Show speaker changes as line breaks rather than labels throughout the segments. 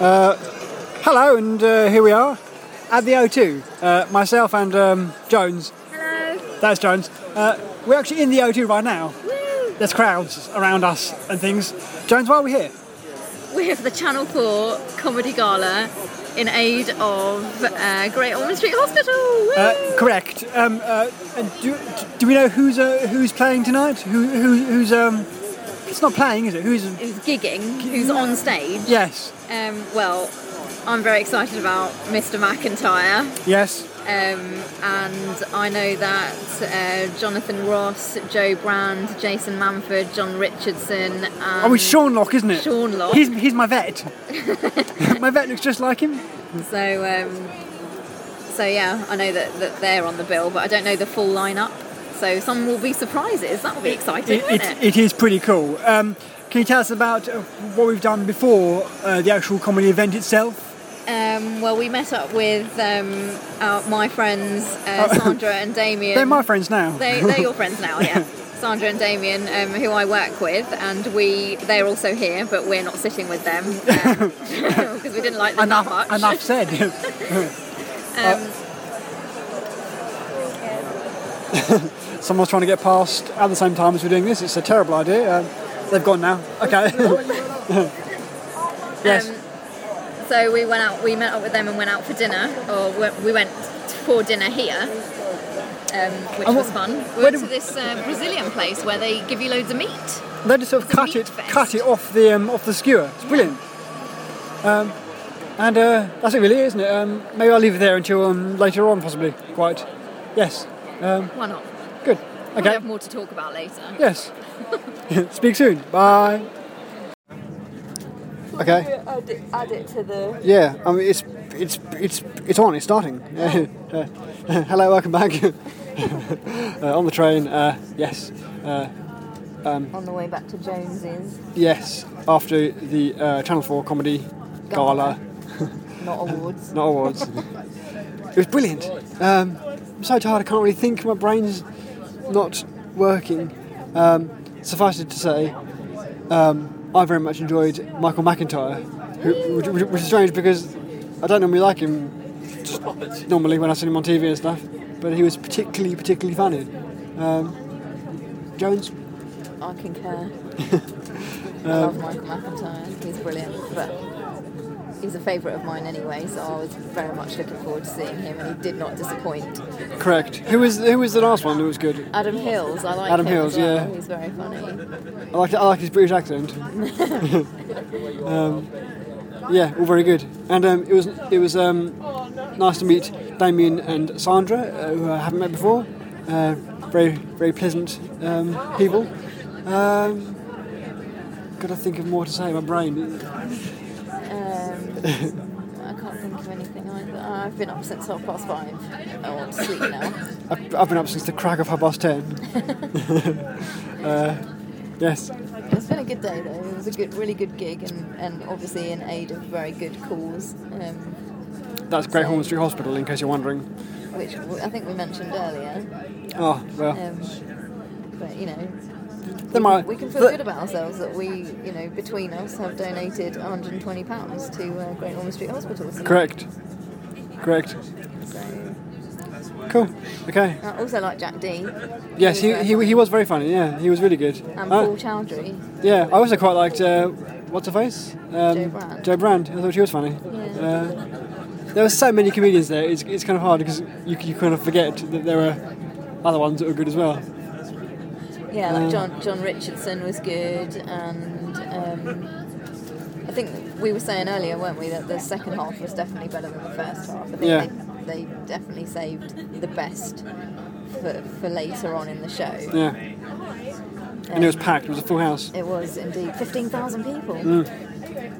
Uh, hello, and uh, here we are at the O2. Uh, myself and um, Jones.
Hello.
That's Jones. Uh, we're actually in the O2 right now.
Woo.
There's crowds around us and things. Jones, why are we here?
We're here for the Channel 4 Comedy Gala in aid of uh, Great Ormond Street Hospital. Woo.
Uh, correct. Um, uh, and do, do we know who's uh, who's playing tonight? Who, who who's um? It's not playing, is it? Who's
Who's gigging, who's on stage.
yes,
Um, well, I'm very excited about Mr. McIntyre.
yes.
Um, and I know that uh, Jonathan Ross, Joe Brand, Jason Manford, John Richardson, and
Oh, it's Sean Lock, isn't it?
Sean Lock.
He's he's my vet. my vet looks just like him.
So, um, so yeah, I know that, that they're on the bill, but I don't know the full lineup. So some will be surprises. That will be exciting,
it,
won't
it,
it?
it is pretty cool. Um, can you tell us about uh, what we've done before uh, the actual comedy event itself?
Um, well, we met up with um, our, my friends uh, Sandra and Damien.
Oh. They're my friends now.
They, they're your friends now, yeah. Sandra and Damien, um, who I work with, and we they're also here, but we're not sitting with them because we didn't like them that
enough,
much.
enough said.
Um,
Someone's trying to get past at the same time as we're doing this. It's a terrible idea. Uh, they've gone now. Okay.
Um,
yes.
So we went out. We met up with them and went out for dinner, or we- we went for dinner here, um, which
And what-
was fun. We
where
went
do-
to this uh, Brazilian place where they give you loads of meat.
they just sort of
It's a
cut
meat
it,
fest.
cut it off the um, off the skewer. It's brilliant. Um, and uh, that's it, really, isn't it? Um, maybe I'll leave it there until um, later on, possibly. Quite. Yes.
Why not?
Good.
We'll
Okay.
have more to talk about later.
Yes. Speak soon. Bye. Okay.
Add it, add it to the.
Yeah. I mean, it's it's it's it's on. It's starting. Uh, Hello. Welcome back. uh, on the train. Uh, yes.
On the way back to Jones's,
Yes. After the uh, Channel Four comedy gala,
not awards.
not awards. it was brilliant. Um, I'm so tired. I can't really think. My brain's not working. Um, suffice it to say, um, I very much enjoyed Michael McIntyre, who, which, which- which is strange because I don't normally like him just normally when I see him on TV and stuff, but he was particularly, particularly funny. Um, Jones?
I concur. I love
Um,
Michael McIntyre. He's brilliant, but he's a favourite of mine anyway. So I was very much looking forward to seeing him, and he did not disappoint.
Correct. Who was, who was the last one that was good?
Adam Hills, I like
Adam
him
Hills,
as well.
yeah.
He's very funny.
I like, I like his British accent. um, yeah, all very good. And um, it was, it was um, nice to meet Damien and Sandra, uh, who I haven't met before. Uh, very, very pleasant um, people. Um, Got to think of more to say. My brain.
Um, I can't think of anything either. I've been up since half past five. I want to sleep now.
I've, I've been up since the crack of half past ten. uh, yes.
It's been a good day though. It was a good, really good gig, and, and obviously in aid of a very good cause, um,
That's Great Ormond Street Hospital, in case you're wondering.
which w- I think we mentioned earlier.
Oh well.
Um, but you know,
They might.
we can feel
they-
good about ourselves that we, you know, between us have donated 120 pounds to uh, Great Ormond Street Hospital. So-
Correct. Correct.
So,
Cool. Okay.
I also like Jack D.
Yes, he,
very
he,
funny.
he was very funny. Yeah, he was really good.
and
Uh,
Paul Chowdhury.
yeah, I also quite liked uh, what's her face. Um,
Jo Brand.
Jo Brand. I thought she was funny.
Yeah.
Uh, there were so many comedians there. It's, it's kind of hard because you, you kind of forget that there were other ones that were good as well.
Yeah,
Uh.
like John John Richardson was good, and um, I think we were saying earlier, weren't we, that the second half was definitely better than the first half. I think
Yeah.
they, they definitely saved the best for, for later on in the show.
Yeah, and it was
Um,
packed. It was a full house.
It was indeed fifteen thousand people.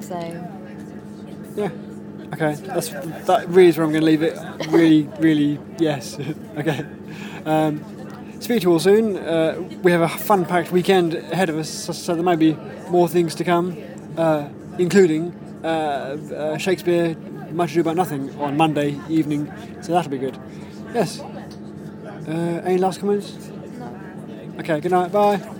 So
Yeah. Okay, that's that really is where I'm going to leave it. Really, really, yes. okay. Um, speak to you all soon. Uh, we have a fun-packed weekend ahead of us, so, so there may be more things to come, uh, including uh, uh, Shakespeare, Much Ado About Nothing, on Monday evening. So that'll be good. Yes. Uh, any last comments?
no.
Okay. Good night. Bye.